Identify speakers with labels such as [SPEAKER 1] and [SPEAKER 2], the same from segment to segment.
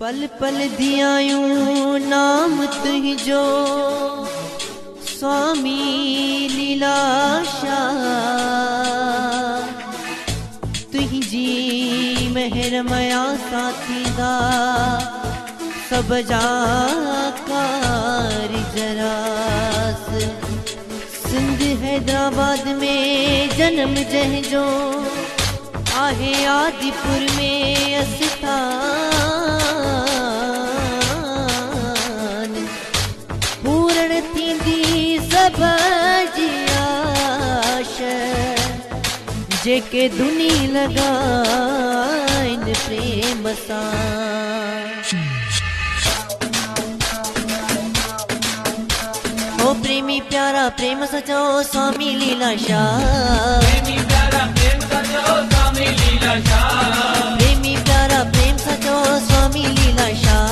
[SPEAKER 1] पल पल दिया यूं नाम तुझो स्वामी लीलाशा तुझी मेहरमया साथीदा सब जा कार जरास सिंध हैदराबाद में जन्म जहजो आहे आदिपुर में अस्तान पूरण थींदी सभ जी आश जेके दुनी लॻाइनि प्रेम सां ओ प्रेमी प्यारा प्रेम सचो स्वामी लीला शाह प्रेमी प्यारा प्रेम सचो स्वामी लीला शाह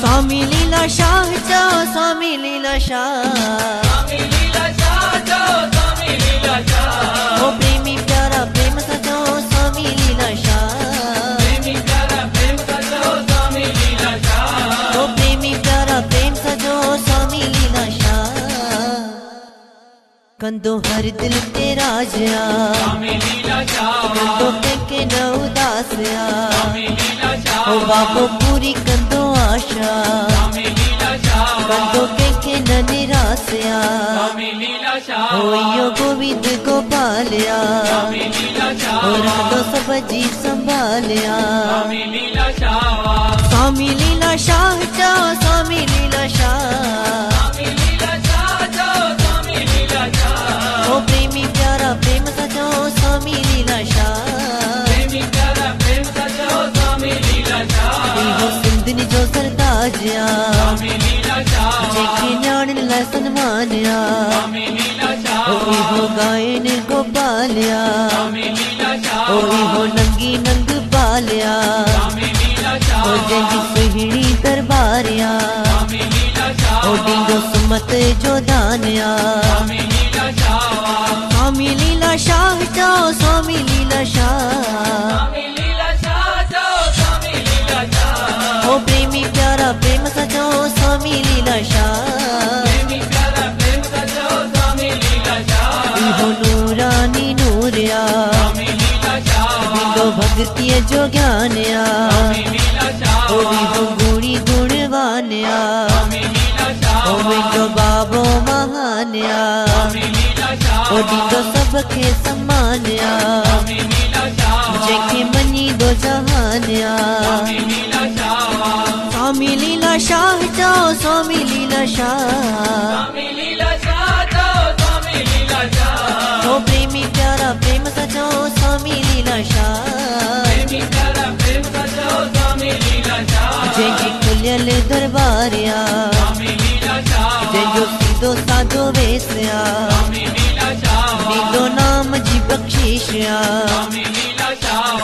[SPEAKER 1] स्वामी लीला शाह चओ स्वामी लीला शाह ओ प्रेमी प्यारा प्रेम सचो स्वामी लीला शाह ओ प्रेमी प्यारा प्रेम सजो स्वामी लीला शाह कंदो हर दिल ते राज आ कंदो कंहिंखे न उदास आ ओ बाबो पूरी कंदो आशा कंदो कंहिंखे न निरास आ ओ इहो गोविंद गोपाल आ ओ राधो सब जी संभालिया स्वामी लीला शाह चओ स्वामी लीला शाह ओ प्रेमी प्यारा प्रेम सजो स्वामी लीला शाह इहो सिंधियुनि जो सरताज आ जेके न्याणियुनि लाइ सन्मान आ ओ इहो गायन गोपाल आ ओ इहो नंगी नंग बाल आ ओ जंहिंजी सुहिणी दरबार आ ओ ॾींदो सुमत जो दान आ स्वामी लीला शाह चओ स्वामी लीला शाह ओ प्रेमी प्यारा प्रेम सजो स्वामी लीला शाह इहो नूरानी नूरिया ॾींदो भॻतीअ जो ज्ञान आ ओ इहो गुणी गुणवान आ ओ मुंहिंजो बाबो महान आ ओ ॾींदो सभ खे सम्मान आ जंहिंखे मञीदो जहान आ स्वामी लीला शाह चओ स्वामी लीला शाह ओ प्रेमी प्यारा प्रेम सजो स्वामी लीला शाह जंहिंजी खुलियल दरबार आ जंहिंजो सीधो साधो वेस आ ॾींदो नाम जी बख़्शिश आ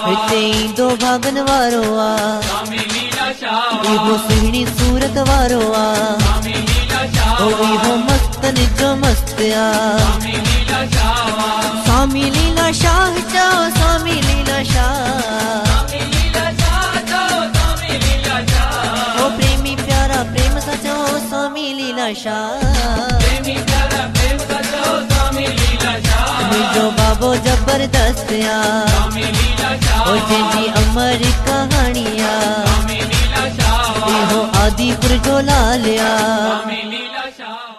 [SPEAKER 1] हिते ईंदो भागन वारो आ इहो सुहिणी सूरत वारो आ ओ इहो मस्तन जो मस्त आ स्वामी लीला शाह चओ स्वामी लीला शाह ओ प्रेमी प्यारा प्रेम सचो स्वामी लीला शाह मुंहिंजो बाबो जबरदस्त आ ओ जंहिंजी अमर कहाणी आ इहो आदिपुर जो लाल आ
[SPEAKER 2] लीला शाह